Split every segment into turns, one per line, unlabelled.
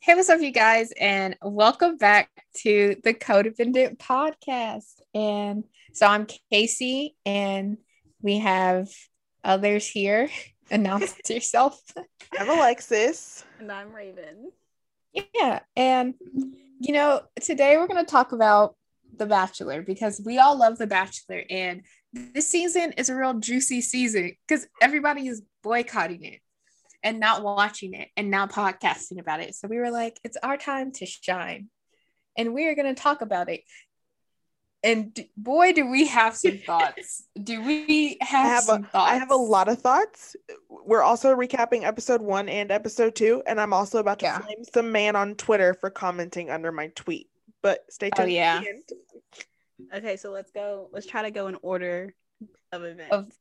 Hey, what's up, you guys, and welcome back to the Codependent Podcast. And so I'm Casey, and we have others here. Announce yourself.
I'm Alexis.
And I'm Raven.
Yeah. And, you know, today we're going to talk about The Bachelor because we all love The Bachelor. And this season is a real juicy season because everybody is boycotting it and not watching it and now podcasting about it. So we were like, it's our time to shine. And we are going to talk about it. And d- boy, do we have some thoughts. Do we have,
I have,
some
a,
thoughts?
I have a lot of thoughts. We're also recapping episode one and episode two, and I'm also about to
Yeah.
flame some man on Twitter for commenting under my tweet. But stay
Oh,
tuned. to
yeah.
the end.
Okay, so let's go. Let's try to go in order of events.
Of-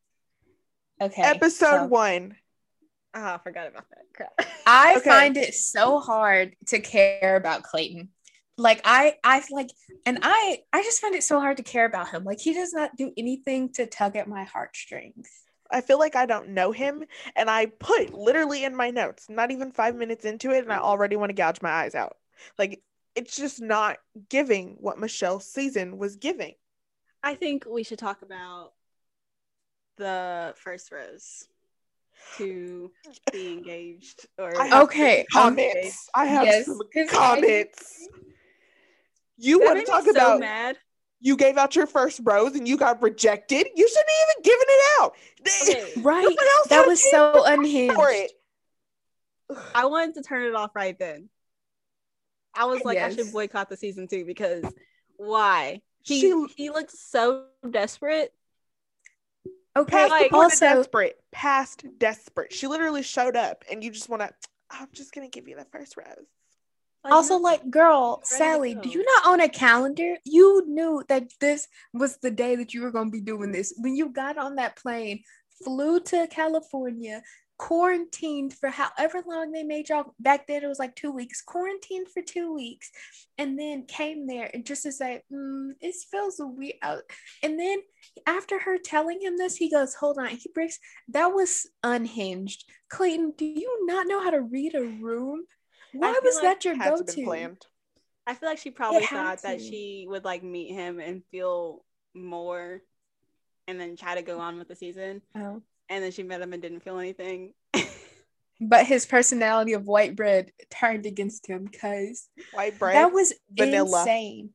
Okay.
Episode
so-
one.
oh, I forgot about that. Crap.
I
Okay.
find it so hard to care about Clayton. Like I I like and I I just find it so hard to care about him. Like he does not do anything to tug at my heartstrings.
I feel like I don't know him, and I put literally in my notes, not even five minutes into it, and I already want to gouge my eyes out. Like it's just not giving what Michelle's season was giving.
I think we should talk about the first rose to be engaged or
I have
Okay,
some Comments. I have
Yes,
some
'cause I-
comments. You
That
want to
made me
talk
so
about
mad.
you gave out your first rose and you got rejected. You shouldn't have even given it out.
Okay,
Right.
Someone else
That
had
was
to
so
pay
unhinged.
for it.
I wanted to turn it off right then. I was like, I
Yes.
should boycott the season two because why? He
She-
he looked so desperate.
Okay.
Past
Like,
the point of
also,
desperate. Past desperate. She literally showed up and you just want to. I'm just gonna give you the first rose.
Like,
also
no.
like girl,
Ready to
Sally, do
go.
you not own a calendar? You knew that this was the day that you were going to be doing this. When you got on that plane, flew to California, quarantined for however long they made y'all back then it was like 2 weeks, quarantined for 2 weeks and then came there and just to say, mm, it feels weird. out." And then after her telling him this, he goes, hold on. He breaks. That was unhinged. Clayton, do you not know how to read a room? Why
feel
was
like
that your
Had
go
to been
to?
planned.
I feel like she probably
had
thought that
to.
she would like meet him and feel more and then try to go on with the season.
Oh.
And then she met him and didn't feel anything.
But his personality of white bread turned against him because
White bread.
that was
vanilla.
insane.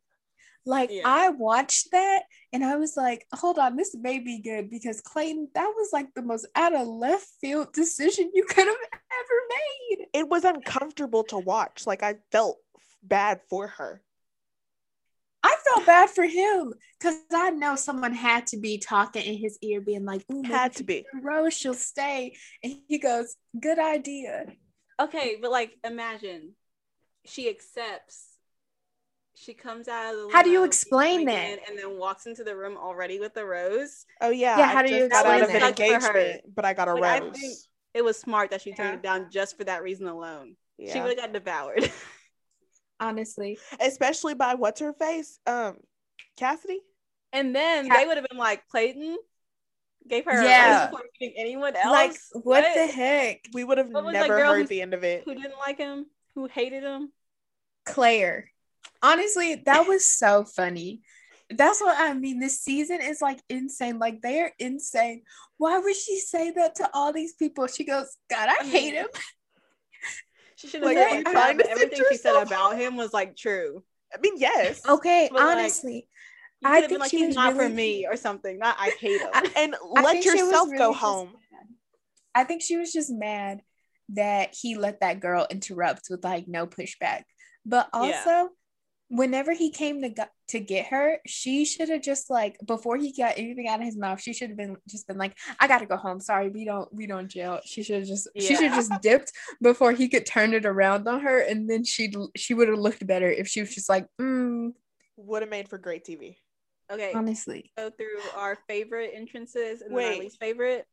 Like
Yeah.
I watched that and I was like, hold on, this may be good because Clayton, that was like the most out of left field decision you could have ever made.
it was uncomfortable to watch. Like I felt f- bad for her.
I felt bad for him because I know someone had to be talking in his ear, being like, Ooh, Oh, maybe
Had
if
to
you
be.
get Rose, she'll stay. And he goes, Good idea.
Okay, but like imagine she accepts. She comes out of the
How do you
limo, meets him
explain that?
again, And then walks into the room already with the rose.
Oh yeah.
Yeah,
I
how do you
just got
explain
out of an
that?
Sucked for her.
engagement, but I got a
Like, I
rose.
think- It was smart that she turned it down just for that reason alone. She
Yeah.
would have got devoured.
Honestly,
Especially by what's her face? Um Cassidy?
and then
Ca-
they would have been like, Clayton gave her
Yeah.
a rose before meeting anyone else.
like, what the heck?
We would have
What was that
never
girl
heard
who's-
the end of it.
who didn't like him, who hated him.
Claire. Honestly, that was so funny. That's what I mean. This season is like insane. Like they are insane. Why would she say that to all these people? She goes, God, I hate him.
She should have
Like,
said
are you
it out,
trying
but
to
everything
censor
she said
yourself?
about him was like true.
I mean, yes.
Okay,
But, like,
honestly.
You
I
could have
think
been like,
she
he's
was
not for
really-
me or something. Not I hate him.
I-
And
I
let
think she was
yourself
really
go
just
home.
mad. I think she was just mad that he let that girl interrupt with like no pushback. But also,
Yeah.
whenever he came to gu- to get her, she should have just like before he got anything out of his mouth, she should have been just been like, "I gotta go home. Sorry, we don't we don't jail." She should have just she should
Yeah.
have just dipped before he could turn it around on her, and then she would she would have looked better if she was just like, mm,
Would have made for great TV.
okay,
honestly.
go through our favorite entrances and then
Wait.
our least favorite.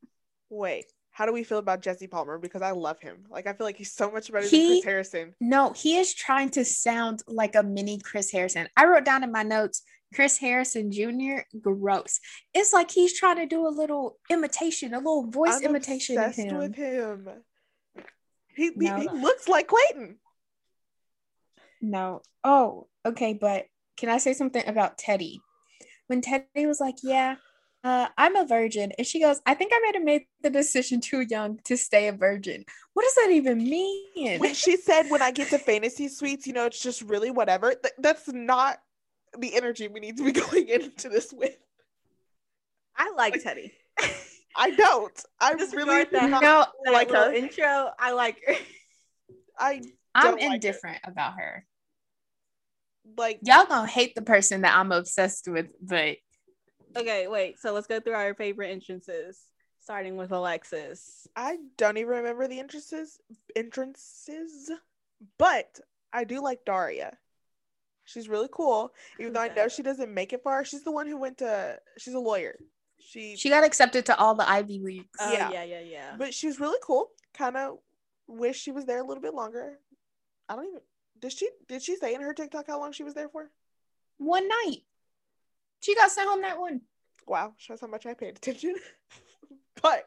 Wait, how do we feel about Jesse Palmer? Because I love him. Like I feel like he's so much better
He-
than Chris Harrison.
No, he is trying to sound like a mini Chris Harrison. I wrote down in my notes Chris Harrison Jr. Gross. It's like he's trying to do a little imitation, a little voice
I'm
imitation of
obsessed
him.
with him. He, he,
No.
he looks like Clayton.
No. Oh, okay. But can I say something about Teddy? When Teddy was like, Yeah, uh, I'm a virgin. And she goes, I think I might have made the decision too young to stay a virgin. What does that even mean?
When she said, when I get to fantasy suites, you know, it's just really whatever. Th- that's not the energy we need to be going into this with.
I like Teddy.
I don't. I
Disregard
really do
that.
not
No,
That
like her.
little intro. I like her.
I
I'm
don't like her.
indifferent about her.
like.
Y'all gonna hate the person that I'm obsessed with, but
Okay, wait. So let's go through our favorite entrances, starting with Alexis.
I don't even remember the entrances. Entrances, but I do like Daria. She's really cool, even
Who's
though I know
that?
she doesn't make it far. She's the one who went to. She's a lawyer. She.
she got accepted to all the Ivy Leagues.
Oh,
Yeah.
yeah, yeah, yeah.
but she was really cool. Kind of wish she was there a little bit longer. I don't even. Did she? Did she say in her TikTok how long she was there for?
One night. She got sent home that one.
Wow, shows how much I paid attention. but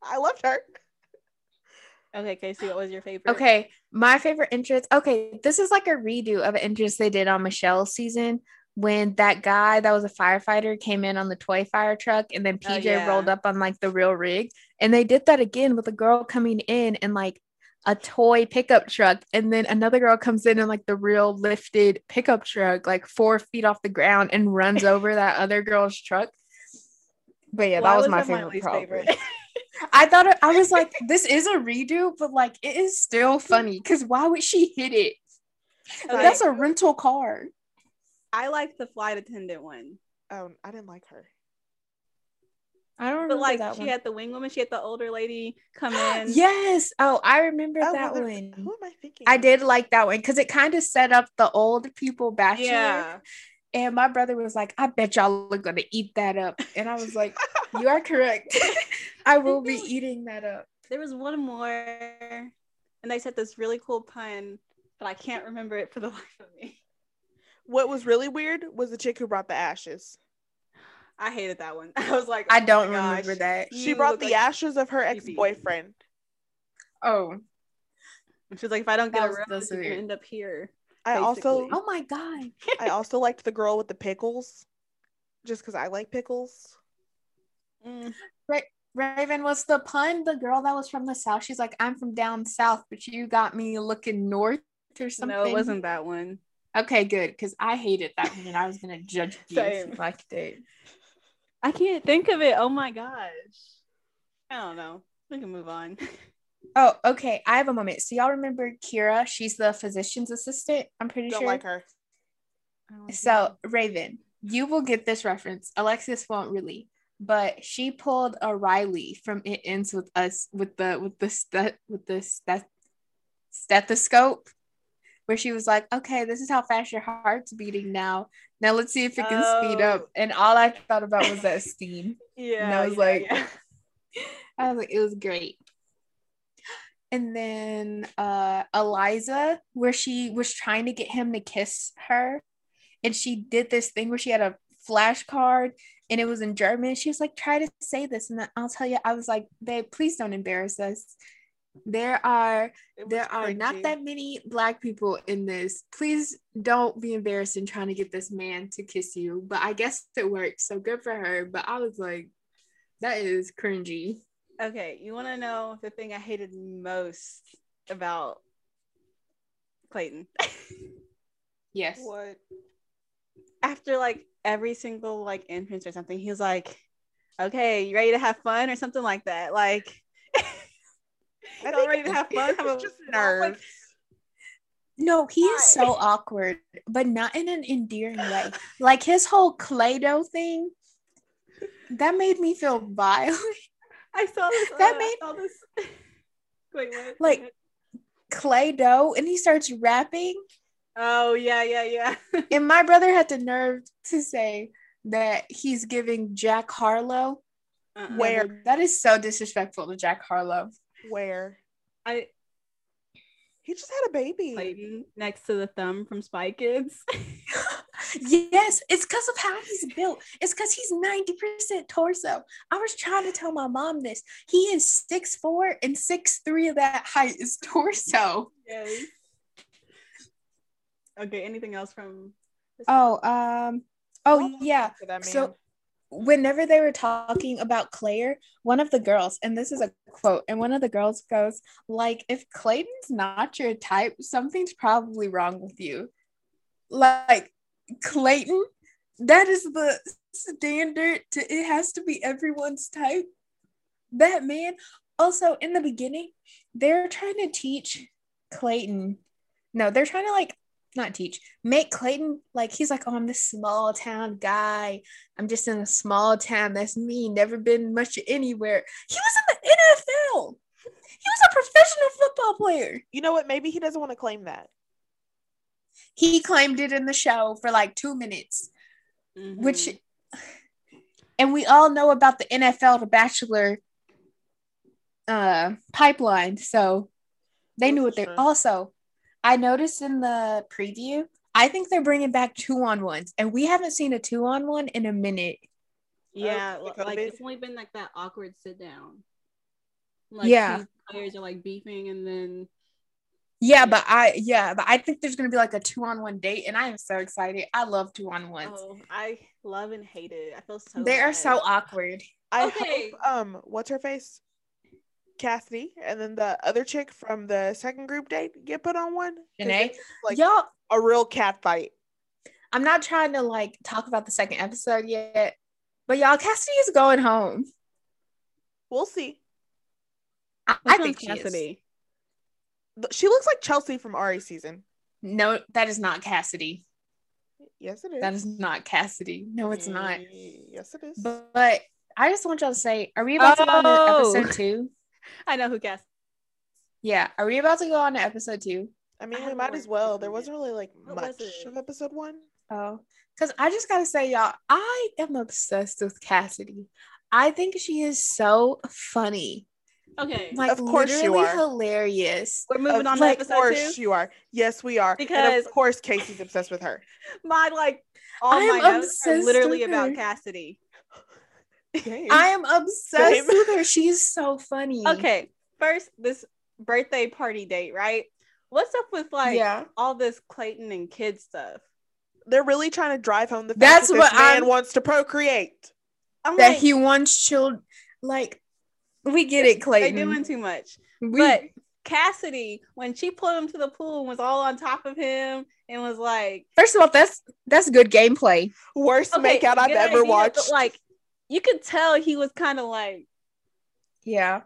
I loved her.
Okay, Casey, what was your favorite?
Okay, my favorite entrance. Okay, this is like a redo of an entrance they did on Michelle's season when that guy that was a firefighter came in on the toy fire truck and then
Oh,
PJ
yeah.
rolled up on like the real rig. And they did that again with a girl coming in and like a toy pickup truck. And then another girl comes in in like the real lifted pickup truck, like four feet off the ground and runs over that other girl's truck. But yeah,
Why
that was, my
that
favorite.
least
probably. I thought it, I was like, this is a redo, but like it is still funny because why would she hit it?
Okay,
That's a rental car.
I like the flight attendant one.
Um, I didn't like her.
I don't
But
remember
like
that
she
one.
had the wing woman, she had the older lady come in.
yes. Oh, I remember
Oh,
that
well, there- Who
one.
am I thinking?
I
of?
did like that one because it kind of set up the old people bachelor.
Yeah.
And my brother was like, I bet y'all are gonna eat that up. And I was like, You are correct. I will be eating that up.
There was one more, and they said this really cool pun, but I can't remember it for the life of me.
What was really weird was the chick who brought the ashes.
I hated that one. I was like,
I
oh my
don't
gosh.
remember that.
She
You
brought
look
the
like-
ashes of her ex
creepy.
boyfriend.
Oh.
She was like, if I don't get
That
a
was-
room,
that's
this is gonna
weird.
end up here.
I also
Basically.
Oh my god.
I also liked the girl with the pickles, just because I like pickles.
Mm.
Raven, what's the pun? The girl that was from the south. She's like, I'm from down south, but you got me looking north or something.
No, it wasn't that one.
Okay, good, because I hated that one, and I was gonna judge you if you
Same.
liked it.
I can't think of it. Oh my gosh. I don't know. We can move on.
Oh, okay. I have a moment. So y'all remember Kira? She's the physician's assistant. I'm pretty
Don't
sure.
like her.
So Raven, you will get this reference. Alexis won't really, but she pulled a Riley from It Ends with Us with the with the st- with the st- stethoscope, where she was like, "Okay, this is how fast your heart's beating now. Now let's see if it can speed up."
Oh.
And all I thought about was that steam.
yeah,
and I was
yeah,
like-
yeah.
I was like, it was great. And then uh, Eliza, where she was trying to get him to kiss her, and she did this thing where she had a flashcard, and it was in German. She was like, "Try to say this," and then I'll tell you. I was like, "Babe, please don't embarrass us." There are
It was
there are
cringy.
not that many black people in this. Please don't be embarrassed in trying to get this man to kiss you. But I guess it worked, so good for her. But I was like, that is cringy.
Okay, you want to know the thing I hated most about Clayton?
Yes.
What?
After like every single like entrance or something, he was like, "Okay, you ready to have fun?" or something like that. Like,
I
y'all
think
ready to have fun?
it's
Have a
just
ball? Like,
nerves.
No, he is
Why?
so awkward, but not in an endearing way. Like his whole Clado thing, that made me feel vile.
I saw this.
That
uh,
made-
I saw this. Wait, what?
Like- Clado, and he starts rapping.
Oh yeah, yeah, yeah.
And my brother had the nerve to say that he's giving Jack Harlow.
Uh-uh.
Where?
That is so disrespectful to Jack Harlow.
Where?
I
He just had a baby.
Clayton next to the thumb from Spy Kids.
Yes, it's because of how he's built. It's because he's 90% torso. I was trying to tell my mom this. He is 6'4 and 6'3 of that height is torso.
yes. Okay, anything else from? this
Oh, um, oh yeah.
For that
So-
man.
Whenever they were talking about Claire, one of the girls, and this is a quote, and one of the girls goes, like, if Clayton's not your type, something's probably wrong with you. Like, Clayton, that is the standard to it has to be everyone's type. That man. Also, in the beginning, they're trying to teach Clayton. No, they're trying to like not teach, make Clayton like he's like, oh, I'm this small town guy. I'm just in a small town. That's me. Never been much anywhere. He was in the NFL. He was a professional football player.
you know what? Maybe he doesn't want to claim that.
He claimed it in the show for like two minutes,
Mhm.
which, and we all know about the NFL to Bachelor uh, pipeline. So they knew
This
what
is
they're
true.
also. I noticed in the preview, I think they're bringing back two on ones, and we haven't seen a two on one in a minute.
yeah,
because of
li- like
COVID?
it's only been like that awkward sit down. Like
Yeah.
these players are like beefing, and then
Yeah, but I yeah, but I think there's gonna be like a two on one date, and I am so excited. I love two on ones.
oh, I love and hate it. I feel so.
they are so
bad.
awkward.
I
Okay.
hope um what's her face? Cassidy and then the other chick from the second group date get put on one. 'cause
Janae?
it's Like
Y'all,
a real cat fight.
I'm not trying to like talk about the second episode yet, but y'all, Cassidy is going home.
We'll see.
I,
Which
I think
one's
she is.
Cassidy?
Th- She looks like Chelsea from Ari season.
No, that is not Cassidy.
Yes, it is.
That is not Cassidy. No, it's not.
Mm, Yes, it is.
But, but I just want y'all to say, are we about to go on to
Oh.
episode two?
I know who Cassidy.
Yeah, are we about to go on to episode two?
I mean, we
haven't
might
watched
as well.
it
There
yet.
wasn't really like
What was
much
it?
of episode one.
Oh, because I just gotta say, y'all, I am obsessed with Cassidy. I think she is so funny,
Okay,
like
Of course you
literally
are.
hilarious.
we're moving on to
like,
Of
episode
course
two.
you are. Yes, we are. and
Because-
of course Casey's obsessed with her.
My like all
I am
my notes are
obsessed
literally
with
about
her.
Cassidy.
Dang.
I am obsessed
Same.
with her. She is so funny.
Okay, first this birthday party date, right? What's up with like
yeah,
all this Clayton and kid stuff?
They're really trying to drive home the fact
That's
that this
what
man
I'm-
wants to procreate.
I'm
that
like,
he wants children. Like, we get it,
they're
Clayton.
doing too much.
we,
but Cassidy, when she pulled him to the pool and was all on top of him and was like,
first of all, that's that's good gameplay.
Worst
okay,
makeout I've
good
ever
idea, but,
watched.
like you could tell he was kind of like,
Yeah,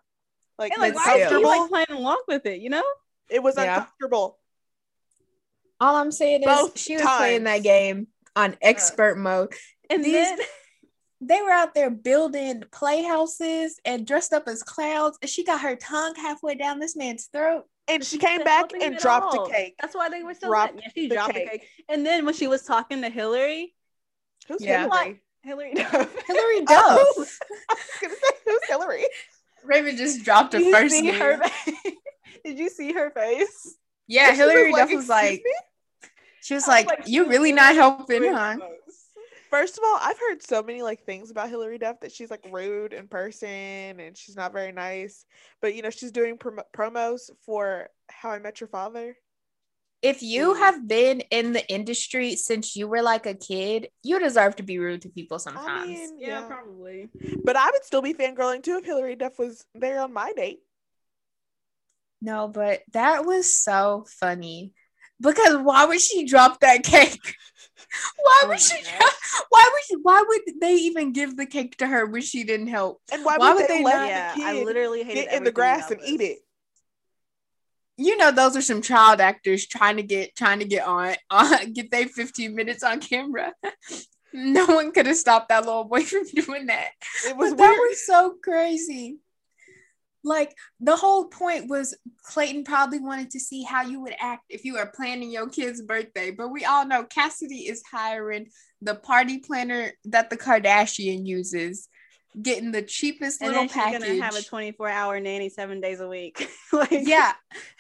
like,
and like
But
why is he
still.
like playing along with it, you know?
it was
Yeah.
uncomfortable.
all I'm saying is
Both
she was playing that
times.
game on expert mode.
And
These-
then
they were out there building playhouses and dressed up as clowns, and she got her tongue halfway down this man's throat.
And she came
That's
back
nothing
and
at
dropped
all.
a cake.
That's why they were so
Dropped
mad. Yeah, she
the
dropped
cake.
the cake. And then when she was talking to Hillary,
Who's
Yeah.
Hillary?
Hillary Duff.
Hillary Duff.
Oh. I was gonna say who's Hillary?
Raven just dropped her
Did you
first
see
name.
her face? Did you see her face?
Yeah,
She
Hillary Duff
"Excuse
was like,
me?"
she was
I was
like,
like,
"You
she
really not helping,
Really
huh?"
close.
First of all, I've heard so many like things about Hillary Duff that she's like rude in person and she's not very nice. But you know, she's doing prom- promos for How I Met Your Father.
If you
Mm.
have been in the industry since you were like a kid, you deserve to be rude to people
I
sometimes.
mean,
Yeah,
yeah.
probably.
But I would still be fangirling too if Hillary Duff was there on my date.
no, but that was so funny because why would she drop that cake? why
Oh my
would she?
gosh.
Drop- why would she, why would they even give the cake to her when she didn't help?
And why,
Why
would,
would
they,
they
let
not-
yeah,
the
I
kid
literally hated
sit in the
everything
grass
about
and eat
this.
it?
You know, those are some child actors trying to get trying to get on, on get their 15 minutes on camera. no one could have stopped that little boy from doing that.
It was
But that
weird.
was so crazy. Like the whole point was Clayton probably wanted to see how you would act if you are planning your kid's birthday. But we all know Cassidy is hiring the party planner that the Kardashian uses, getting the cheapest
And
little
then she's
package.
gonna have a 24 hour nanny seven days a week. like
yeah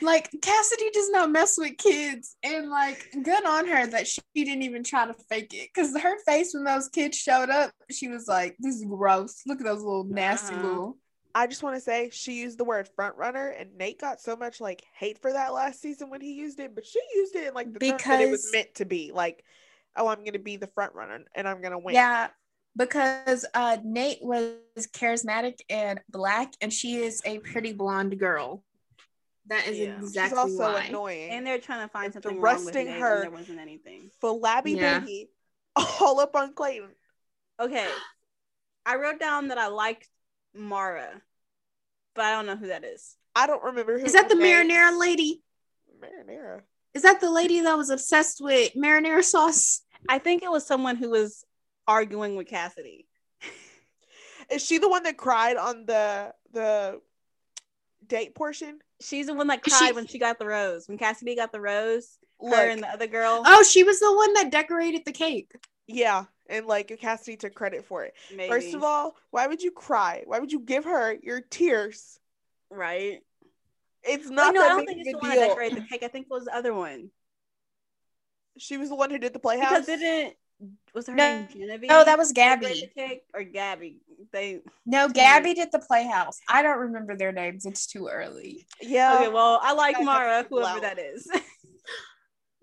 like cassidy does not mess with kids and like good on her that she didn't even try to fake it because her face when those kids showed up she was like this is gross look at those little nasty
Uh-huh.
little
I just want to say she used the word front runner, and Nate got so much like hate for that last season when he used it, but she used it in like the term that it was
Because-
meant to be. Like, oh, I'm gonna be the front runner and I'm gonna win.
Yeah, because uh, Nate was charismatic and black, and she is a pretty blonde girl. That is
Yeah. She's
exactly
she's also
why.
annoying.
And they're trying to find
And
something
thrusting
arresting wrong with
her.
her. There wasn't anything.
for Labby
Yeah.
Boogie, all up on Clayton.
Okay, I wrote down that I liked Mara, but I don't know who that is.
I don't remember who
Is that the
okay.
marinara lady?
Marinara.
Is that the lady that was obsessed with marinara sauce?
I think it was someone who was arguing with Cassidy.
Is she the one that cried on the the date portion?
She's the one that
Is
cried
she-
when she got the rose. When Cassidy got the rose,
Look, Uh,
her and the other girl.
Oh, she was the one that decorated the cake.
yeah, and like Cassidy took credit for it.
maybe.
First of all, why would you cry? Why would you give her your tears?
right?
It's
Wait,
not
no, I
that
don't
big
think
of
it's
a
the one that
deal.
decorated the cake. I think it was the other one.
She was the one who did the playhouse.
Because didn't was her
No,
name Genevieve?
No, Oh, that was
that decorated
Gabby.
the cake or Gabby. They
No, Gabby did the playhouse. I don't remember their names. It's too early.
yeah,
okay. Well, I like
That's
Mara,
a
whoever
flower.
that is.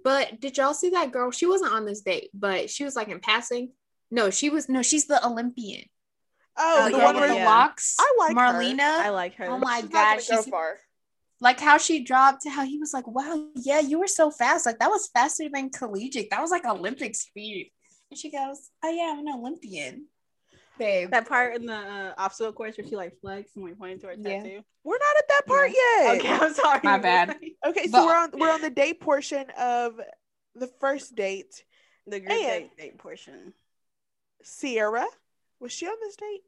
But did y'all see that girl? She wasn't on this date, but she was like in passing. No, she was no, she's the Olympian.
oh,
Uh,
the
yeah,
one
with
where
the
yeah.
locks.
I like her.
Marlena.
I like her.
Oh my
she's not
god,
gonna go
she's
far.
like how she dropped. How he was like, "Wow, yeah, you were so fast. Like that was faster than collegiate. That was like Olympic speed." And she goes, "Oh yeah, I'm an Olympian, babe."
that part in the uh, obstacle course where she like flexed and like pointed to her
Yeah.
tattoo.
We're not at that part yet.
Okay, I'm sorry.
My bad.
Okay, so
But-
we're on we're on the date portion of the first date.
The group
And-
date, date portion.
Sierra, was she on this date?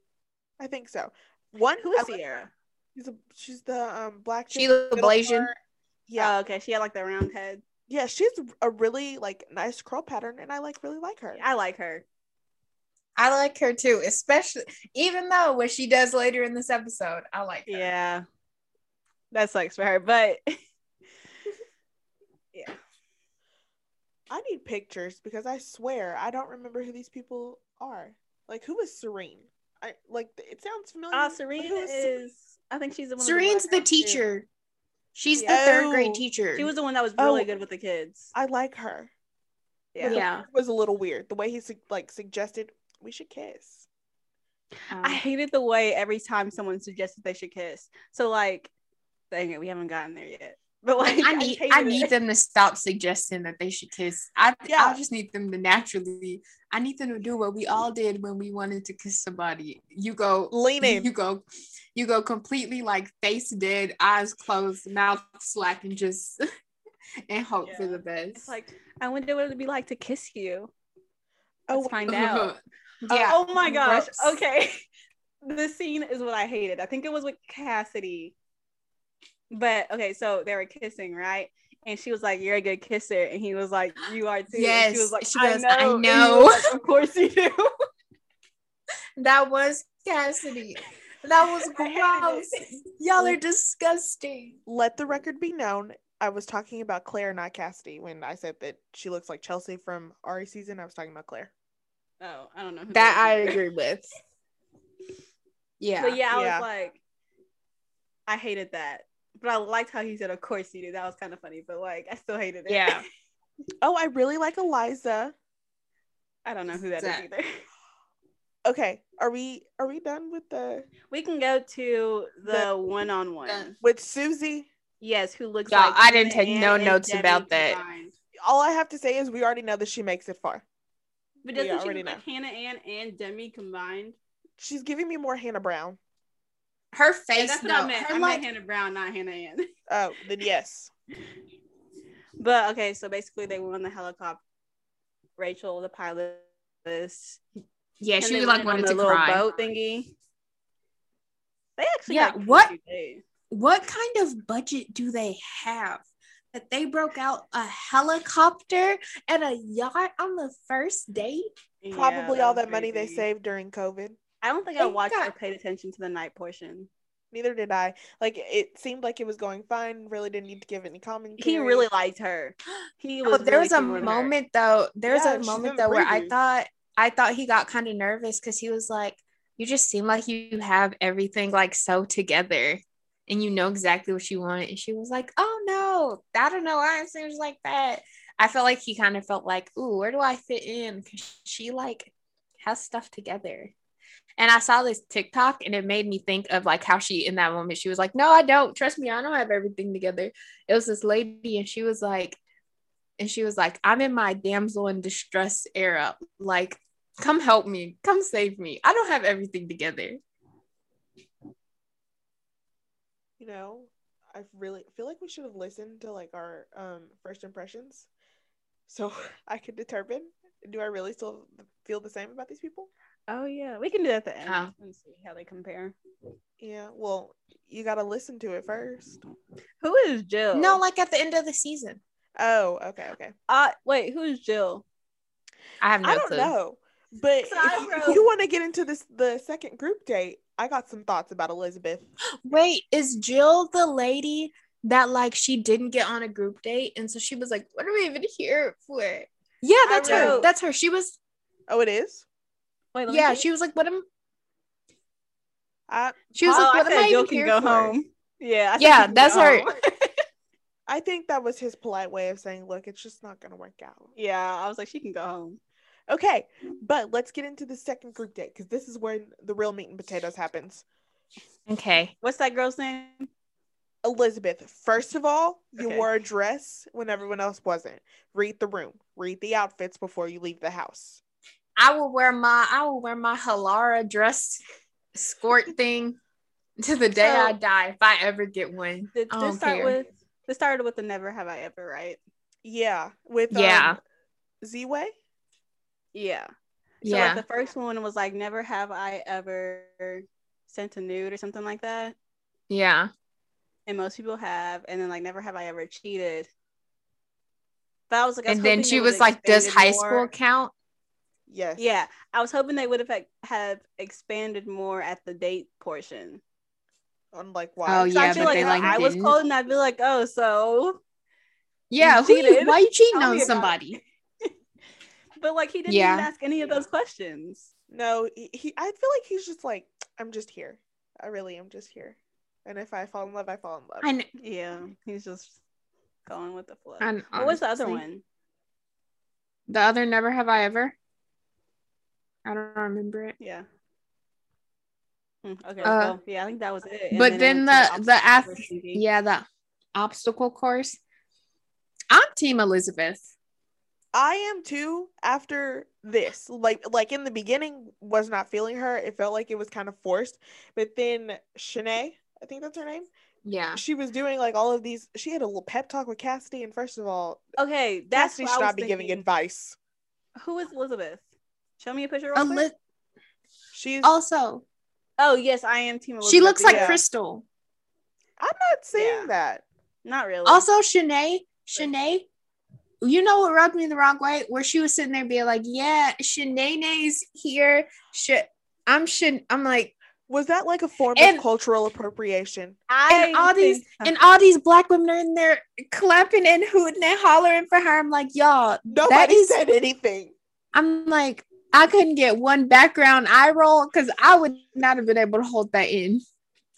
I think so. One
Who is
I-
Sierra?
She's, a, she's the um black. chick
She
in the
the
middle
Blasian.
part. Yeah,
Yeah. Oh, okay. She had like the round head.
yeah. She's a really like nice curl pattern, and I like really like her.
I like her.
I like her too, especially even though what she does later in this episode, I like her.
Yeah. That sucks for her, but
Um,
yeah.
I need pictures because I swear I don't remember who these people are. Like who is Serene? I like it sounds familiar.
Ah,
but
Serena
who is Serene?
is. I think she's the one. with
Serene's the
black outfit.
teacher. She's
Yeah.
the third
Oh,
grade teacher.
She was the one that was really
Oh.
good with the kids.
I like her.
Yeah.
yeah.
It was a little weird the way he su- like suggested we should kiss.
I hated the way every time someone suggested they should kiss. So like, dang it, we haven't gotten there yet. But like,
I need I
hated it.
need them to stop suggesting that they should kiss. I
Yeah.
I just need them to naturally. I need them to do what we all did when we wanted to kiss somebody. You go
Lean in.
you go you go completely like face dead, eyes closed, mouth slack and just and hope for
Yeah.
the best.
It's like I wonder what it'd be like to kiss you.
Oh,
Let's find out.
yeah.
Oh my gosh.
Gross.
Okay. This scene is what I hated. I think it was with Cassidy. But okay, so they were kissing, right? And she was like, You're a good kisser. And he was like, You are too. And
Yes.
she was like,
She
I
goes,
know.
"I
And he was
know."
like, of course you do.
That was Cassidy. That was
I hated
gross. Y'all are disgusting.
Let the record be known. I was talking about Claire, not Cassidy, when I said that she looks like Chelsea from Ari season. I was talking about Claire.
Oh, I don't know. who
That I
is either.
agree with. Yeah.
But yeah, I
Yeah.
was like, I hated that. But I liked how he said, Of course you do. That was kind of funny, but like I still hated it.
Yeah.
Oh, I really like Eliza.
I don't know who that is
That-
either.
Okay, are we are we done with the
We can go to the
The-
one on one.
the-
with Susie?
Yes, who looks
Y'all,
like
I didn't
Lisa
take no
Ann and
notes
Debbie
about that.
combined.
All I have to say is we already know that she makes it far. We
But doesn't she
already
look like Hannah Ann and Demi combined?
She's giving me more Hannah Brown.
Her
Yeah,
face,
that's what
no.
I meant.
Her
I
like,
meant Hannah Brown, not Hannah Ann.
Oh, then yes.
But okay, so basically they were on the helicopter. Rachel, the pilot, this.
yeah,
and
she
they
was like
went
wanted
on
to
the little
cry.
boat thingy. They actually
Yeah,
got cute
what?
today.
What kind of budget do they have that they broke out a helicopter and a yacht on the first date?
Yeah,
Probably all
was
that money they
crazy.
saved during COVID.
I don't think I
They
watched or
got-
paid attention to the night portion.
Neither did I. Like it seemed like it was going fine. Really didn't need to give any comment.
He really liked her. He
Oh,
was.
there
really
was a
cute with her.
moment though. There was
Yeah,
a
she's in
moment
the
though where I
previews.
thought I thought he got kind of nervous because he was like, you just seem like you have everything like so together and you know exactly what you want. And she was like, Oh no, I don't know why it seems like that. I felt like he kind of felt like, Ooh, where do I fit in? Cause she like has stuff together. And I saw this TikTok and it made me think of like how she in that moment she was like, No, I don't. Trust me, I don't have everything together. It was this lady and she was like, and she was like, I'm in my damsel in distress era. Like, come help me. Come save me. I don't have everything together.
You know, I really feel like we should have listened to like our um first impressions so I could determine do I really still feel the same about these people?
Oh yeah, we can do that at the end
Oh.
and see how they compare.
Yeah, well, you got to listen to it first.
Who is Jill?
No, like at the end of the season.
Oh, okay, okay.
uh, wait, who is Jill?
I have no
I don't
clue.
know. But
So I
if
wrote-
you want to get into this the second group date, I got some thoughts about Elizabeth.
Wait, is Jill the lady that like she didn't get on a group date? And so she was like, What are we even here for? Yeah, that's her.
wrote-
That's her. She was
Oh, it is.
Wait, let me
yeah,
see.
she was like, What am
I
she was
Oh,
like, What
I
am
said
I
Jill
even
can
here
go
for?
home. Yeah, I said
Yeah,
Jill can
that's
go
her.
home.
I think that was his polite way of saying, "Look, it's just not going to work out."
yeah, I was like, she can go home.
Okay, but let's get into the second group date because this is where the real meat and potatoes happens.
Okay.
What's that girl's name?
Elizabeth, first of all, you
Okay.
wore a dress when everyone else wasn't. Read the room. Read the outfits before you leave the house.
I will wear my I will wear my Halara dress escort thing to the day I
So-
die if I ever get one.
Did
I
this
don't
start
care.
with? This started with the never have I ever, right?
Yeah, with
Yeah.
um, Z-Way.
Yeah. So
yeah.
like the first one was like never have I ever sent a nude or something like that.
yeah.
And most people have. And then like never have I ever cheated. But I was like, I was
And then
hoping
she
they
was
would've
like, Does high
expanded more."
school count?
Yes.
Yeah. I was hoping they would have have expanded more at the date portion.
On like why?
Oh,
So
yeah,
I feel
but
like
they,
if
like,
I was
didn't.
cold and I'd be like, oh, so
Yeah. Who you,
cheated.
why you cheating
Tell
on
me about it.
somebody?
but like he didn't
Yeah.
even ask any of those questions.
No, he, he. I feel like he's just like I'm just here. I really am just here. And if I fall in love, I fall in love.
I know.
Yeah. He's just going with the flow.
I know,
What was the other
honestly.
one?
The other never have I ever. I don't remember it.
Yeah. Mm, okay.
Uh,
well, yeah, I think that was it.
but
it
then
went to
the- the ath-
obstacle course TV.
Yeah, the obstacle course. I'm Team Elizabeth.
I am too. After this, like like in the beginning, was not feeling her. It felt like it was kind of forced. But then Shanae, I think that's her name.
Yeah.
She was doing like all of these. She had a little pep talk with Cassidy, and first of all,
Okay, that's
Cassidy
what
should
I
not be
was
giving
thinking.
advice.
Who is Elizabeth? Show me a picture. Real quick.
Eli-
She's.
also,
oh yes, I am Team Elizabeth.
she looks like
yeah.
Crystal.
I'm not saying
Yeah.
that.
Not really.
Also, Shanae, Shanae, you know what rubbed me the wrong way? Where she was sitting there being like, "Yeah, Shanae's here." Sh- I'm Shan. I'm like,
Was that like a form
And-
of cultural appropriation?
I
and all these-
think-
and all these black women are in there clapping and hooting and hollering for her. I'm like, y'all, that
Nobody
is.
said anything.
I'm like, I couldn't get one background eye roll because I would not have been able to hold that in.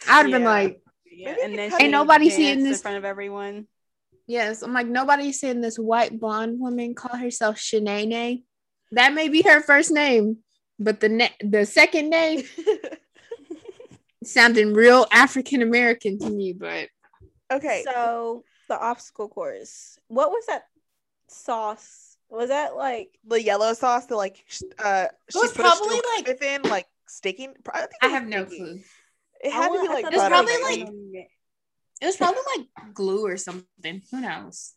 I'd have been
Yeah.
like,
yeah,
Maybe
and
they
then
cut it.
she
Ain't
nobody
danced
seeing
in
this.
front of everyone.
Yes, I'm like nobody's seeing this white blonde woman call herself Shanae. That may be her first name, but the ne- the second name sounded real African American to me. But
okay.
So the obstacle course. What was that sauce? Was that like?
the yellow sauce that like sh- uh
was
she's probably
probably, like-
like within like sticking pro- I, think it
I
was
have no
sticky.
clue.
Oh, it
I
had to
want-
be
I
like
thought
it was
butter
probably,
or
like-
something.
It was probably like glue or something. Who knows?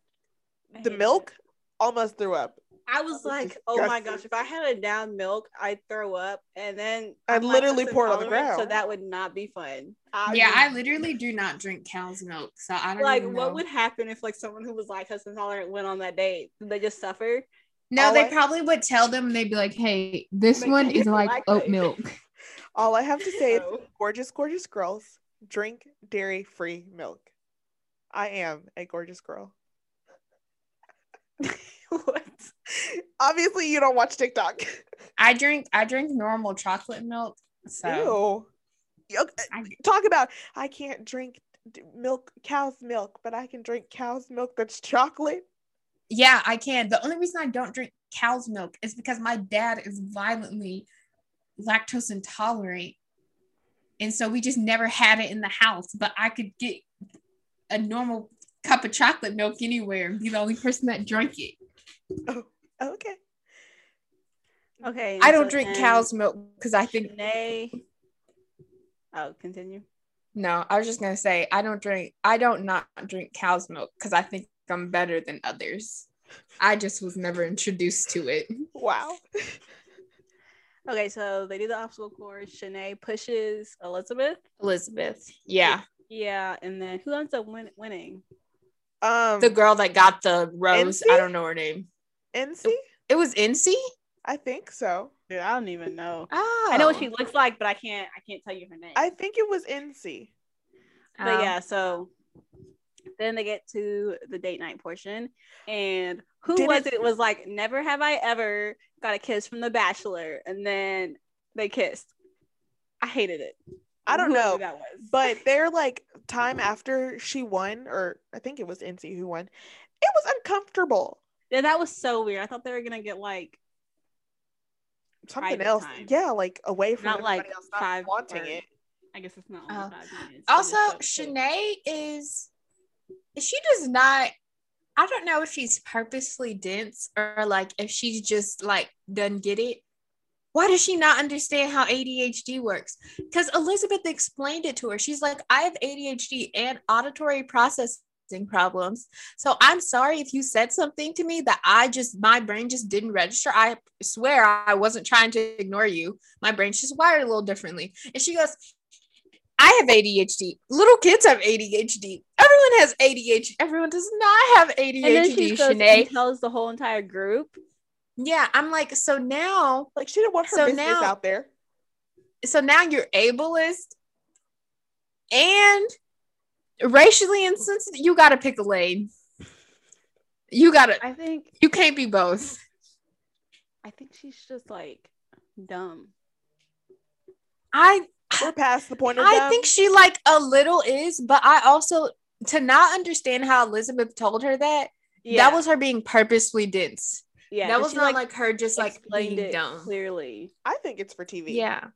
I
the
hated it.
milk almost threw up
I was
That was
like, oh my gosh,
disgusting.
if I had a down milk, I'd throw up. And then
I'd
I'm
literally
lactose
pour it on the
intolerant, So
ground.
that would not be fun. I
yeah,
would-
I literally do not drink cow's milk, so I don't
like
even know.
what would happen if like someone who was lactose intolerant went on that date? Did they just suffer?
no,
all
they
I-
probably would tell them. They'd be like, "Hey, this
Like,
one is
you're
like oat
lactose.
milk."
all i have to say is
So,
gorgeous gorgeous girls drink dairy free milk i am a gorgeous girl
what?
obviously you don't watch tiktok
I drink I drink normal chocolate milk
So
Ew. Yuck.
I-
Talk about I can't drink d- milk, cow's milk, but I can drink cow's milk that's chocolate.
Yeah, I can. The only reason I don't drink cow's milk is because my dad is violently lactose intolerant. And so we just never had it in the house, but I could get a normal cup of chocolate milk anywhere and be the only person that drank it.
Okay.
okay.
I
and
don't
so
drink
then
cow's milk because I think
Shanae. Oh, continue.
no, I was just gonna say I don't drink I don't not drink cow's milk because I think I'm better than others. I just was never introduced to it.
Wow.
Okay, so they do the obstacle course. Shanae pushes Elizabeth.
Elizabeth. Yeah.
Yeah, and then who ends up win- winning?
Um
The girl that got the rose, I
Nancy?
don't know her name.
NC?
It was NC?
I think so.
Dude, I don't even know.
Oh.
I know what she looks like, but I can't. I can't tell you her name.
I think it was NC.
Um,
but yeah, so then they get to the date night portion, and who
Did
was
it-
it? Was like, never have I ever got a kiss from the Bachelor, and then they kissed. I hated it.
I don't
Whoever
know,
That was.
But they're like time after she won, or I think it was NC who won. It was uncomfortable.
yeah, that was so weird. I thought they were gonna get like
Something
Private
else.
time.
Yeah, like away from
Not
everybody
like
else, not
five
wanting
or-
it.
I guess it's not only
Oh.
five minutes. so
Also,
it's so quick.
Shanae is she does not I don't know if she's purposely dense or like if she's just like doesn't get it. Why does she not understand how ADHD works? Because Elizabeth explained it to her. She's like, I have ADHD and auditory processing problems. So I'm sorry if you said something to me that I just, my brain just didn't register. I swear I wasn't trying to ignore you. My brain's just wired a little differently. And she goes, I have ADHD. Little kids have ADHD. Everyone has ADHD. Everyone does not have ADHD.
and then she goes
Shanae.
and tells the whole entire group.
Yeah, I'm like, so now,
Like she didn't want her
So
business
now-
out there.
so now you're ableist and racially insensitive. You gotta pick a lane. You gotta.
I think
You can't be both.
I think she's just like dumb.
I
We're past the point of
I
dumb.
think she like a little is, but I also to not understand how Elizabeth told her that
Yeah,
that was her being purposely dense.
yeah.
that
'cause
was
she,
not like, her just like
explained
being
it
dumb.
clearly.
I think it's for TV.
Yeah.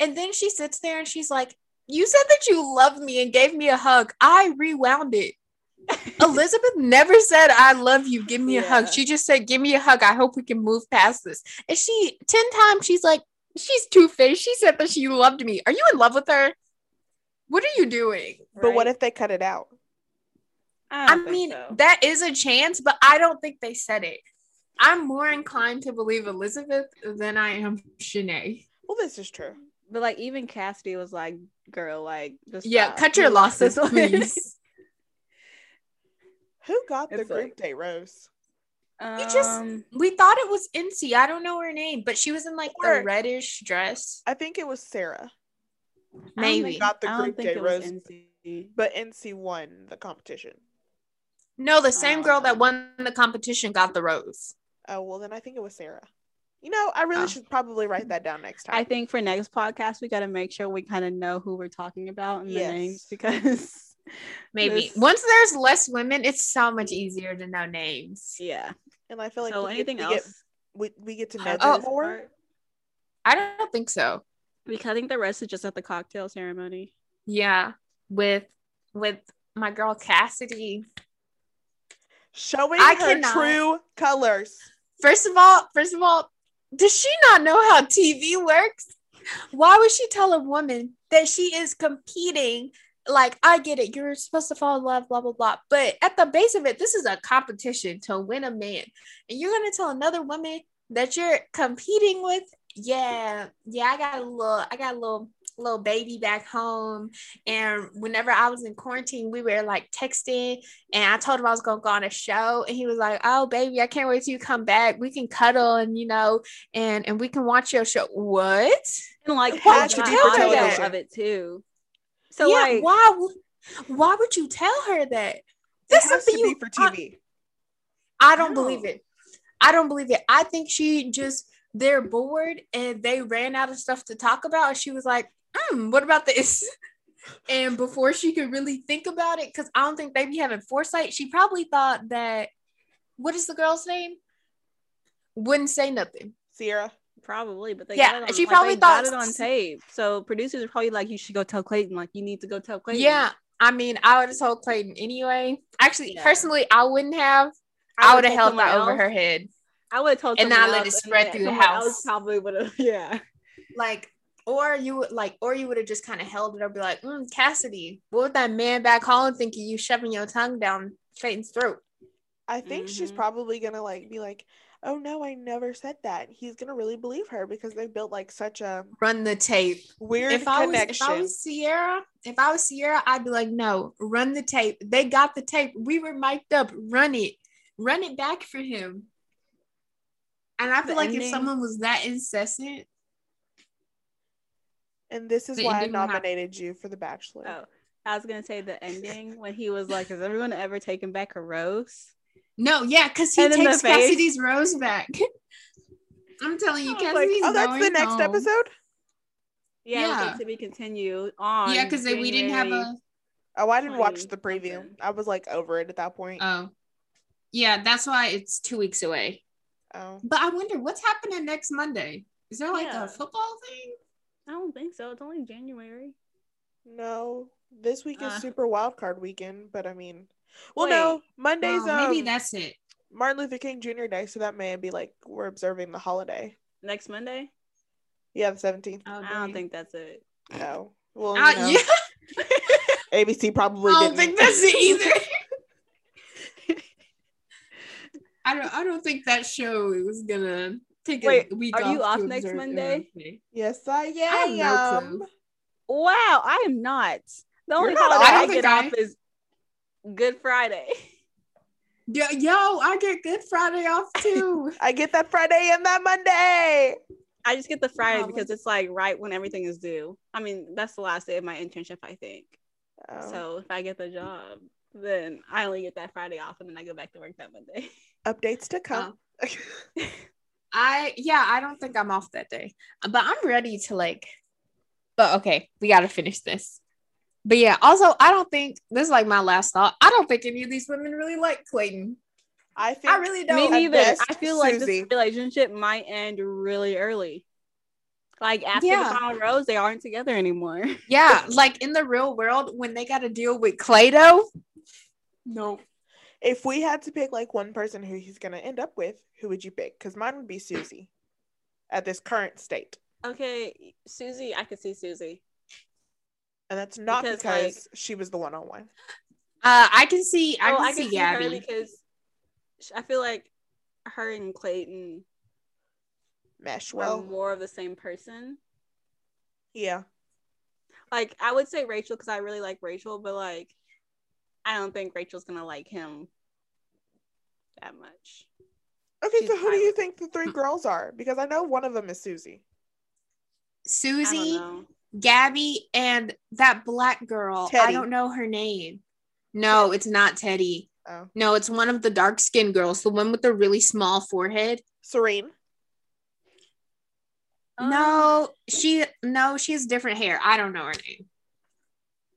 And then she sits there and she's like, You said that you loved me and gave me a hug. I rewound it. Elizabeth never said, I love you. Give me a hug.
Yeah.
She just said, Give me a hug. I hope we can move past this. And she, 10 times, she's like, She's two faced. She said that she loved me. Are you in love with her? What are you doing?
But what if they cut it out?
I,
I,
don't think
mean,
so.
that is a chance, but I don't think they said it. I'm more inclined to believe Elizabeth than I am Shanae.
Well, this is true.
but like even Cassidy was like, "Girl, like just
Yeah,
stop.
cut your
You lost
losses,
this one."
please.
Who got the
It's
group
like-
date rose?
just-
Um,
we thought it was NC. I don't know her name, but she was in like the
Or-
reddish dress.
I think it was Sarah,
I don't
Maybe.
think-
Not the
I don't
group
think
date
it was
rose.
NC.
but NC won the competition.
No, the same girl that
Um,
won the competition got the rose.
Oh well, then I think it was Sarah. You know, I really
Oh.
should probably write that down next time.
I think for next podcast we got to make sure we kind of know who we're talking about and
Yes.
the names because
Maybe
This-
once there's less women, it's so much easier to know names.
yeah.
and I feel like
so
we
anything
get, we
else?
get- we, we get to know
after
Oh.
them
this
more.
part?
I don't think so.
Because I think the rest is just at the cocktail ceremony.
Yeah, with with my girl Cassidy.
Showing
I
her
cannot.
true colors.
First of all, first of all, does she not know how TV works? Why would she tell a woman that she is competing? Like, I get it, you're supposed to fall in love, blah, blah, blah. But at the base of it, this is a competition to win a man. And you're gonna tell another woman that you're competing with, yeah, yeah, I got a little, I got a little little baby back home. And whenever I was in quarantine, we were like texting and I told him I was gonna go on a show, and he was like, "Oh, baby, I can't wait till you come back. We can cuddle, and you know, and and we can watch your show." What?
And like
Why
how
would you
John
tell her
Oliver
that?
of it too. So
yeah.
like
why? w- Why would you tell her that? That's
it has
something
to
you.
be for
I-
TV.
I, don't
No.
believe it. I don't believe it. I think she just they're bored and they ran out of stuff to talk about. And she was like, mm, what about this? And before she could really think about it, because I don't think they be having foresight, she probably thought that what is the girl's name? Wouldn't say nothing.
Sierra.
Probably, but they
Yeah,
got it on,
she
like,
probably
they got
thought-
it on tape. So producers are probably like, you should go tell Clayton. Like, you need to go tell Clayton.
Yeah. I mean, I would have told Clayton anyway. Actually,
Yeah.
personally, I wouldn't have. I, would have
told
held
someone
that over
else.
her head.
I would have told
And
someone
not let it
else,
spread
then
through the
someone
house.
else Probably would have. Yeah.
Like, or you would like, or you would have just kind of held it up, be like, mm, Cassidy, what would that man back home think of you shoving your tongue down Clayton's throat?
I think she's
Mhm.
Mm-hmm.
probably gonna like be like, oh no, I never said that. He's gonna really believe her because they built like such a
Run the tape.
weird
If I, was, if
connection.
I was Sierra, if I was Sierra, I'd be like, no, run the tape. They got the tape. We were mic'd up. Run it. Run it back for him. And I feel
The
like if
ending-
someone was that incessant,
and this is
the
why I
ending would happen.
nominated you for The Bachelor.
Oh, I was gonna say the ending when he was like, "Has everyone ever taken back a rose?"
No, yeah, because he
And in the
takes
face.
Cassidy's rose back. I'm telling you,
I was like,
Cassidy's
oh, that's the
going
next
home.
episode.
Yeah, it was like
Yeah.
to be continued on.
Yeah, because we didn't have
January.
a.
Oh, I didn't watch
Twenty
the preview.
something.
I was like over it at that point.
Oh, yeah, that's why it's two weeks away.
oh,
But I wonder what's happening next Monday. Is there like
Yeah.
a football thing?
I don't think so. It's only January.
no. This week is
Ah.
Uh.
super wild card weekend, but I mean, well, no,
Wait.
Monday's
Oh, maybe
um,
that's it.
Martin Luther King Jr. Day, so that may be like we're observing the holiday.
Next Monday?
Yeah, the 17th.
Oh,
I don't
dang.
think that's it.
No. Well,
I-
you know,
Ah, yeah,
ABC probably
I don't
didn't.
think that's it either. I don't. I don't think that show was gonna take
Wait,
a week.
are you
off,
off
to
next
observe
Monday?
everything.
Yes, I am.
have no clue.
Wow, I am not. The only
not
holiday
off.
I,
I
get
think I-
off is Good Friday.
Yeah, yo, I get Good Friday off too.
I get that Friday and that Monday.
I just get the Friday
Wow,
because it's like right when everything is due. I mean, that's the last day of my internship, I think.
Oh.
So if I get the job, then I only get that Friday off and then I go back to work that Monday.
Um, updates to
um,
come.
I yeah, I don't think I'm off that day, but I'm ready to like. But okay, we gotta finish this. But yeah, also I don't think this is like my last thought. I don't think any of these women really like Clayton.
I think
I really don't.
Me
at
neither.
best,
I feel like
Susie.
this relationship might end really early. Like after
Yeah.
the final rose, they aren't together anymore.
Yeah, like in the real world when they got to deal with Clayto. No.
if we had to pick like one person who he's gonna end up with, who would you pick? Because mine would be Susie at this current state.
Okay, Susie, I could see Susie.
And that's not because,
Because, like-
she was the one on one.
Uh, I can see. I
Oh,
can see,
her
Gabby.
because sh- I feel like her and Clayton
Mesh
were
well.
more of the same person.
Yeah.
Like I would say Rachel because I really like Rachel, but like I don't think Rachel's gonna like him that much.
Okay,
She's
so who do
fine
you
with
think the three girls are? Because I know one of them is Susie.
I don't
Susie,
know.
Gabby, and that black girl. I
Teddy.
don't know her name. No, it's not Teddy.
Oh.
No, it's one of the dark skinned girls, the one with the really small forehead.
Serene.
Oh. no, she no, she has different hair. I don't know her name.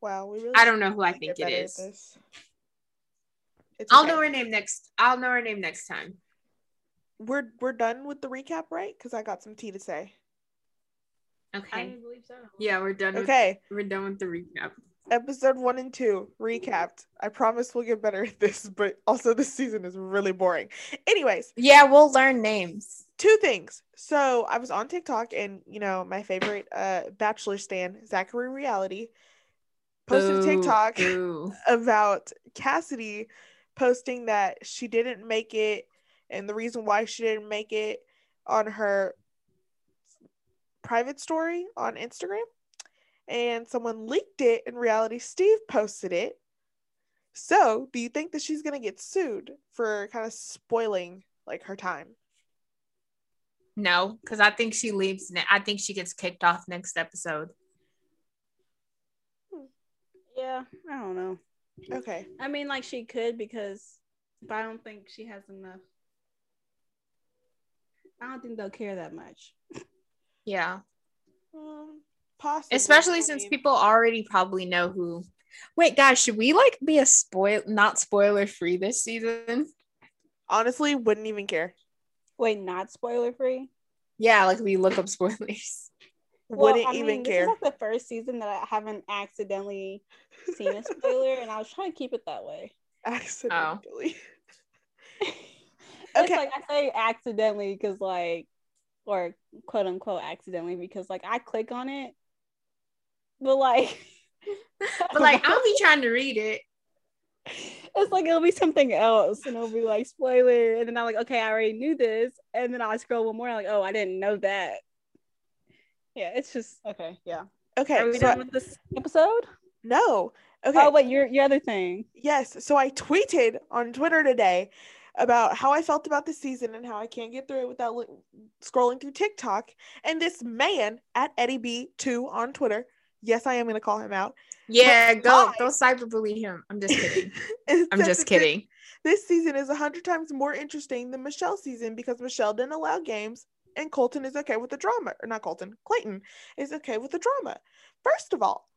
Wow, we really
I don't know who I
need to get
think it
better at
is.
this. It's
I'll
okay.
know her name next. I'll know her name next time.
We're we're done with the recap, right? Because I got some tea to say.
Okay.
believe so.
yeah, we're done.
Okay.
With, we're done with the recap.
episode one and two recapped. I promise we'll get better at this, but also this season is really boring. Anyways,
Yeah, we'll learn names.
two things. So I was on TikTok, and you know my favorite uh bachelor stan Zachary Reality posted a TikTok about Cassidy posting that she didn't make it and the reason why she didn't make it on her private story on Instagram. And someone leaked it. In reality, Steve posted it. So, do you think that she's going to get sued for kind of spoiling like her time?
No, because I think she leaves. Ne- I think she gets kicked off next episode.
Yeah, I don't know.
Okay.
I mean, like she could because, but I don't think she has enough I don't think they'll care that much.
Yeah.
Um, possibly.
Especially
I
since
mean,
people already probably know who. Wait, guys, should we like be a spoil not spoiler free this season?
honestly wouldn't even care.
Wait, not spoiler free.
Yeah, like we look up spoilers.
wouldn't even
this
care.
Is like the first season that I haven't accidentally seen a spoiler, and I was trying to keep it that way.
Oh.
Accidentally.
It's
Okay.
like I say accidentally because like or quote unquote accidentally because like I click on it. But like
But like I'll be trying to read it.
it's like it'll be something else and it'll be like spoiler and then I'm like, okay, I already knew this. And then I scroll one more and I'm like, oh I didn't know that. Yeah, it's just okay, yeah.
Okay.
Are we
so I-
done with this episode?
no. Okay.
Oh wait, your your other thing.
Yes. So I tweeted on Twitter today about how I felt about the season and how I can't get through it without lo- scrolling through TikTok. And this man at Eddie B2 on Twitter, yes, I am going to call him out.
Yeah, go
why?
go cyberbully him. I'm just kidding. I'm
said
just
that thi-
kidding.
This season is 100 times more interesting than Michelle's season because Michelle didn't allow games and Colton is okay with the drama. Or not Colton, Clayton is okay with the drama. First of all,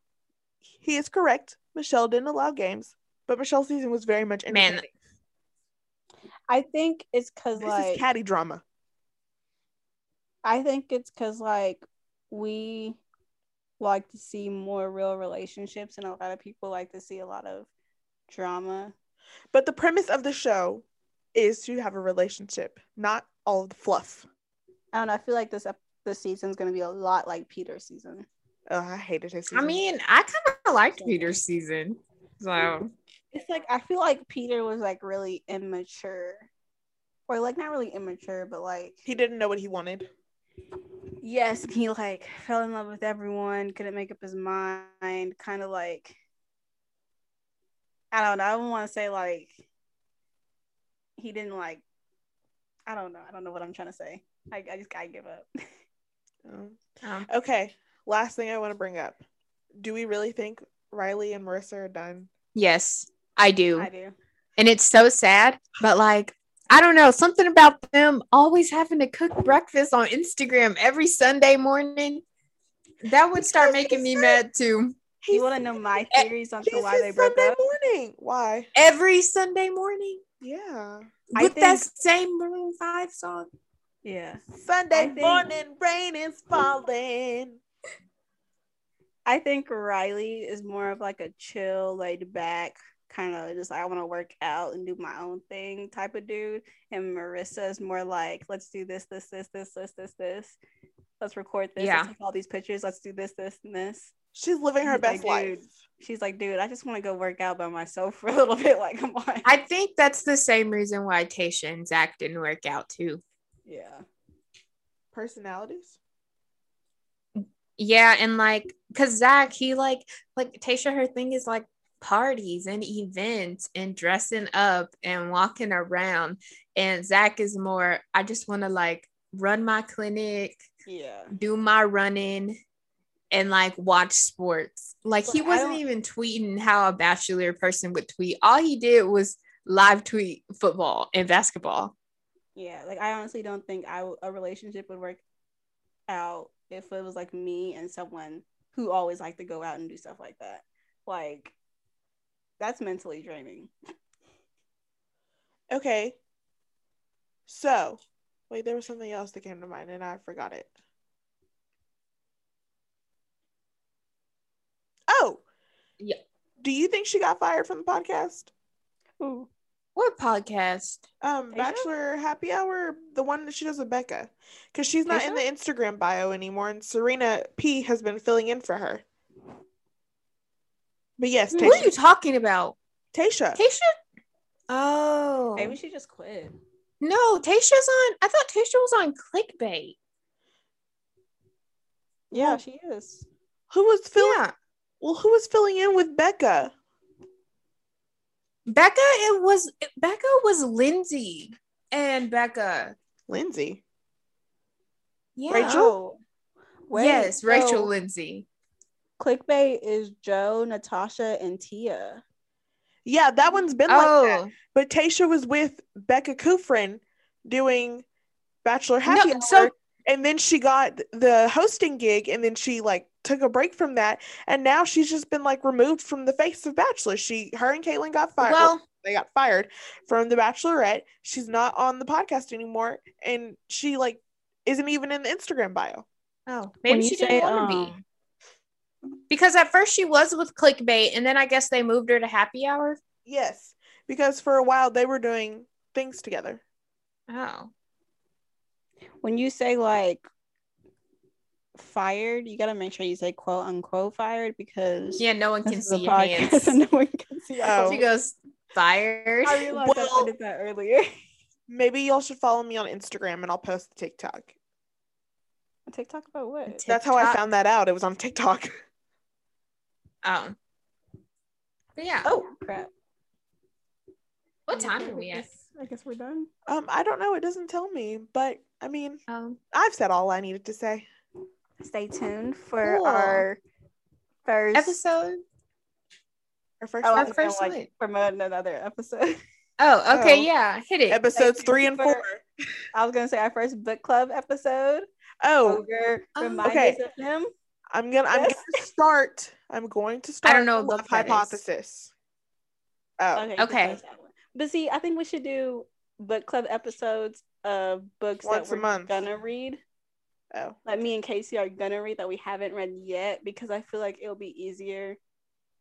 he is correct. Michelle didn't allow games, but Michelle's season was very much
Man,
entertaining.
I think it's cause
this
like
is catty drama.
I think it's because like we like to see more real relationships, and a lot of people like to see a lot of drama.
But the premise of the show is to have a relationship, not all of the fluff.
I don't know. I feel like this ep- this season's gonna be a lot like Peter's season.
Ugh, I hated his.
I
Season.
mean, I kind of liked Peter's season. So
It's like I feel like Peter was like really immature, or like not really immature, but like
he didn't know what he wanted.
yes, he like fell in love with everyone, couldn't make up his mind, kind of like I don't know. I don't want to say like he didn't like. I don't know. I don't know what I'm trying to say. I, I just gotta give up.
Um,
um,
Okay, last thing I want to bring up: Do we really think Riley and Marissa are done?
yes, I do.
I do.
and it's so sad but like i don't know something about them always having to cook breakfast on instagram every sunday morning that would start making me mad too
He's,
You want to know my
eh,
theories on to
he's
why
his
they broke
Sunday
up?
morning. Why?
every sunday morning
Yeah,
I
with that
think-
same maroon 5 song
Yeah. I
Sunday
think-
morning, rain is falling.
I think Riley is more of like a chill, laid back kind of just like I want to work out and do my own thing type of dude, and Marissa is more like let's do this, this, this, this, this, this, this. Let's record this.
Yeah.
Let's take all these pictures. Let's do this, this, and this.
She's living her
He's
best
like,
life.
dude. She's like, dude, I just want to go work out by myself for a little bit. Like, come on.
i think that's the same reason why tasha and zach didn't work out too
yeah.
Personalities.
yeah and like because zach he like like tasha her thing is like parties and events and dressing up and walking around and zach is more i just want to like run my clinic
Yeah.
do my running and like watch sports like he
But I
wasn't
don't-
even tweeting how a bachelor person would tweet all he did was live tweet football and basketball
Yeah, like I honestly don't think I w- a relationship would work out if it was like me and someone who always like to go out and do stuff like that. Like that's mentally draining.
Okay. So, wait, there was something else that came to mind and I forgot it. Oh.
Yeah.
Do you think she got fired from the podcast?
Ooh.
what podcast
Um,
Aisha?
Bachelor Happy Hour, the one that she does with Becca, because she's not in the
Aisha?
Instagram bio anymore, and Serena P has been filling in for her. But yes,
what are
Tasha.
you talking about
Tasha.
tasha oh
Maybe she just quit.
No, Tasha's on. I thought Tasha was on clickbait.
Yeah.
Oh, she is.
Who was filling?
Yeah.
Well, who was filling in with Becca?
Becca, it was Becca was Lindsay and Becca.
Lindsay.
Yeah.
Rachel?
Oh. Wait,
yes, Rachel
so
Lindsay.
clickbait is Joe, Natasha, and Tia.
Yeah, that one's been like that.
Oh,
But Tasha was with Becca Kufrin doing Bachelor Happy Hour.
so
and then she got the hosting gig and then she like took a break from that and now she's just been like removed from the face of bachelor she her and caitlin got fired well,
well,
they got fired from the bachelorette she's not on the podcast anymore and she like isn't even in the instagram bio
Oh,
when
maybe
you
she
say,
didn't want to be.
um,
Because at first she was with clickbait, and then I guess they moved her to happy hour.
yes because for a while they were doing things together
Oh,
when you say like fired, you gotta make sure you say quote unquote fired because
yeah, no one
this
can
is a
see your
podcast
hands.
and no one can see. our
Oh.
She goes fired.
I realized
Well-
I did that earlier.
maybe y'all should follow me on instagram and i'll post the tiktok
TikTok about what?
that's how i
TikTok?
found that out it was on tiktok
Um, but yeah,
Oh crap!
what time are we
I
at?
guess- I guess we're done.
um i don't know it doesn't tell me but i mean
Um,
i've said all i needed to say
Stay tuned for
Cool.
our first.
episode.
Our first
Oh, I
Our
was
episode,
gonna,
first one.
like promote another episode.
Oh, okay,
Oh.
yeah, hit it.
episodes
Thank you
three and
for-
four.
I was gonna say our first book club episode.
Oh,
Ogre
Oh,
reminders
okay.
of him.
I'm gonna I'm
um, Yes.
gonna start. I'm going to
I
start.
don't know
the
what
love
that is.
hypothesis. Oh,
you can
Okay.
start that one. But see, I think we should do book club episodes of books
Once a
that we're
month.
gonna read.
oh,
Like me and Casey are gonna read that we haven't read yet because I feel like it'll be easier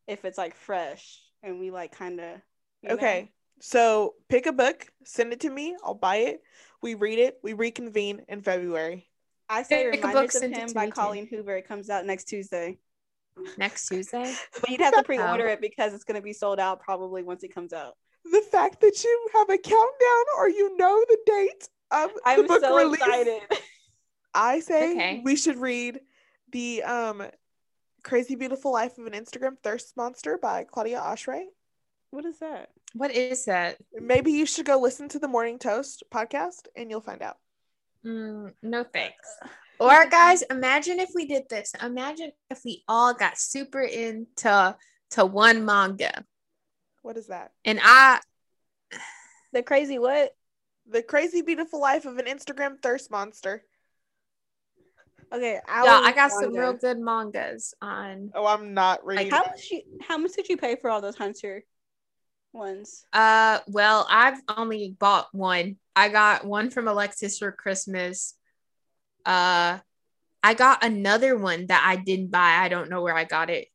if it's like fresh and we like kind of.
okay. So pick a book, send it to me. I'll buy it. We read it. We reconvene in February.
I say
Pick a book,
reminders of
send it
him
to
by
me too.
Colleen Hoover. It comes out next Tuesday,
Next Tuesday.
but you'd have to pre-order it because it's gonna be sold out probably once it comes out.
The fact that you have a countdown or you know the date of
I'm
the book
so
release,
excited.
I say
Okay.
we should read the um Crazy Beautiful Life of an Instagram Thirst Monster by Claudia Ashray.
What is that?
What is that?
Maybe you should go listen to the Morning Toast podcast and you'll find out.
Mm, no thanks. Or guys, imagine if we did this. Imagine if we all got super into to one manga,
What is that?
and I
The crazy what?
The Crazy Beautiful Life of an Instagram Thirst Monster.
Okay,
y'all,
will
I
read
got some
manga.
real good mangas on.
Oh, I'm not reading.
Like how
that.
much? You, how much did you pay for all those hunter ones?
Uh, well, I've only bought one. I got one from Alexis for Christmas. Uh, I got another one that I didn't buy. I don't know where I got it.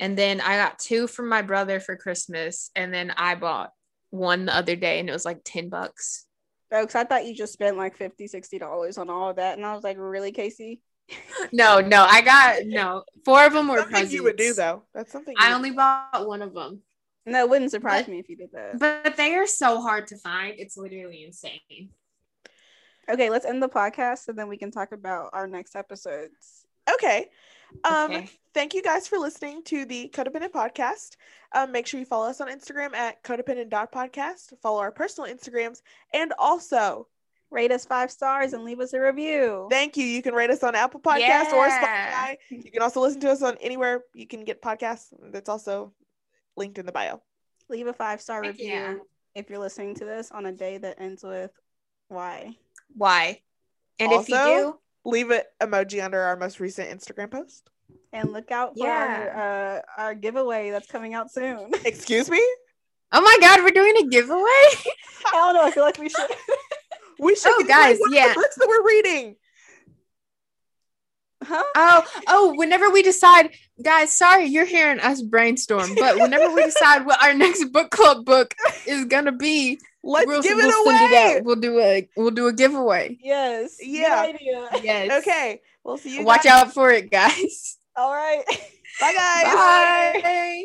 And then I got two from my brother for Christmas, and then I bought one the other day, and it was like ten bucks.
Oh, because I thought you just spent like 50 dollars on all of that, and I was like, really, Casey?
No, no, I got no. Four of them were
Something
presents.
you would do though. That's something.
I
you-
only bought one of them,
No, it wouldn't surprise
But-
me if you did that.
but they are so hard to find. It's literally insane.
okay, let's end the podcast, and then we can talk about our next episodes.
Okay. Um,
Okay.
thank you guys for listening to the Codependent Podcast. Um, make sure you follow us on Instagram at codependent.podcast, follow our personal Instagrams, and also
Rate us five stars and leave us a review.
thank you. You can rate us on Apple Podcasts or Spotify.
Yeah.
You can also listen to us on anywhere you can get podcasts. That's also linked in the bio.
leave a five star
Heck
review
yeah.
if you're listening to this on a day that ends with why.
Why? And if you
Also-
do,
Leave an emoji under our most recent Instagram post.
And look out for our, uh, our giveaway that's coming out soon.
Excuse me?
oh my god, we're doing a giveaway.
I don't know. I feel like we should.
We should
Oh,
give
guys,
away one of
yeah.
the books that we're reading.
Huh?
Oh, oh, whenever we decide, guys, sorry, you're hearing us brainstorm, but whenever we decide what our next book club book is gonna be,
Let's
we'll,
give
we'll
it
send
away.
out. We'll do a we'll do a giveaway.
Yes. good
Yeah.
idea.
Yes.
Okay. We'll see you.
Watch
guys.
out for it, guys.
All right.
Bye guys.
Bye.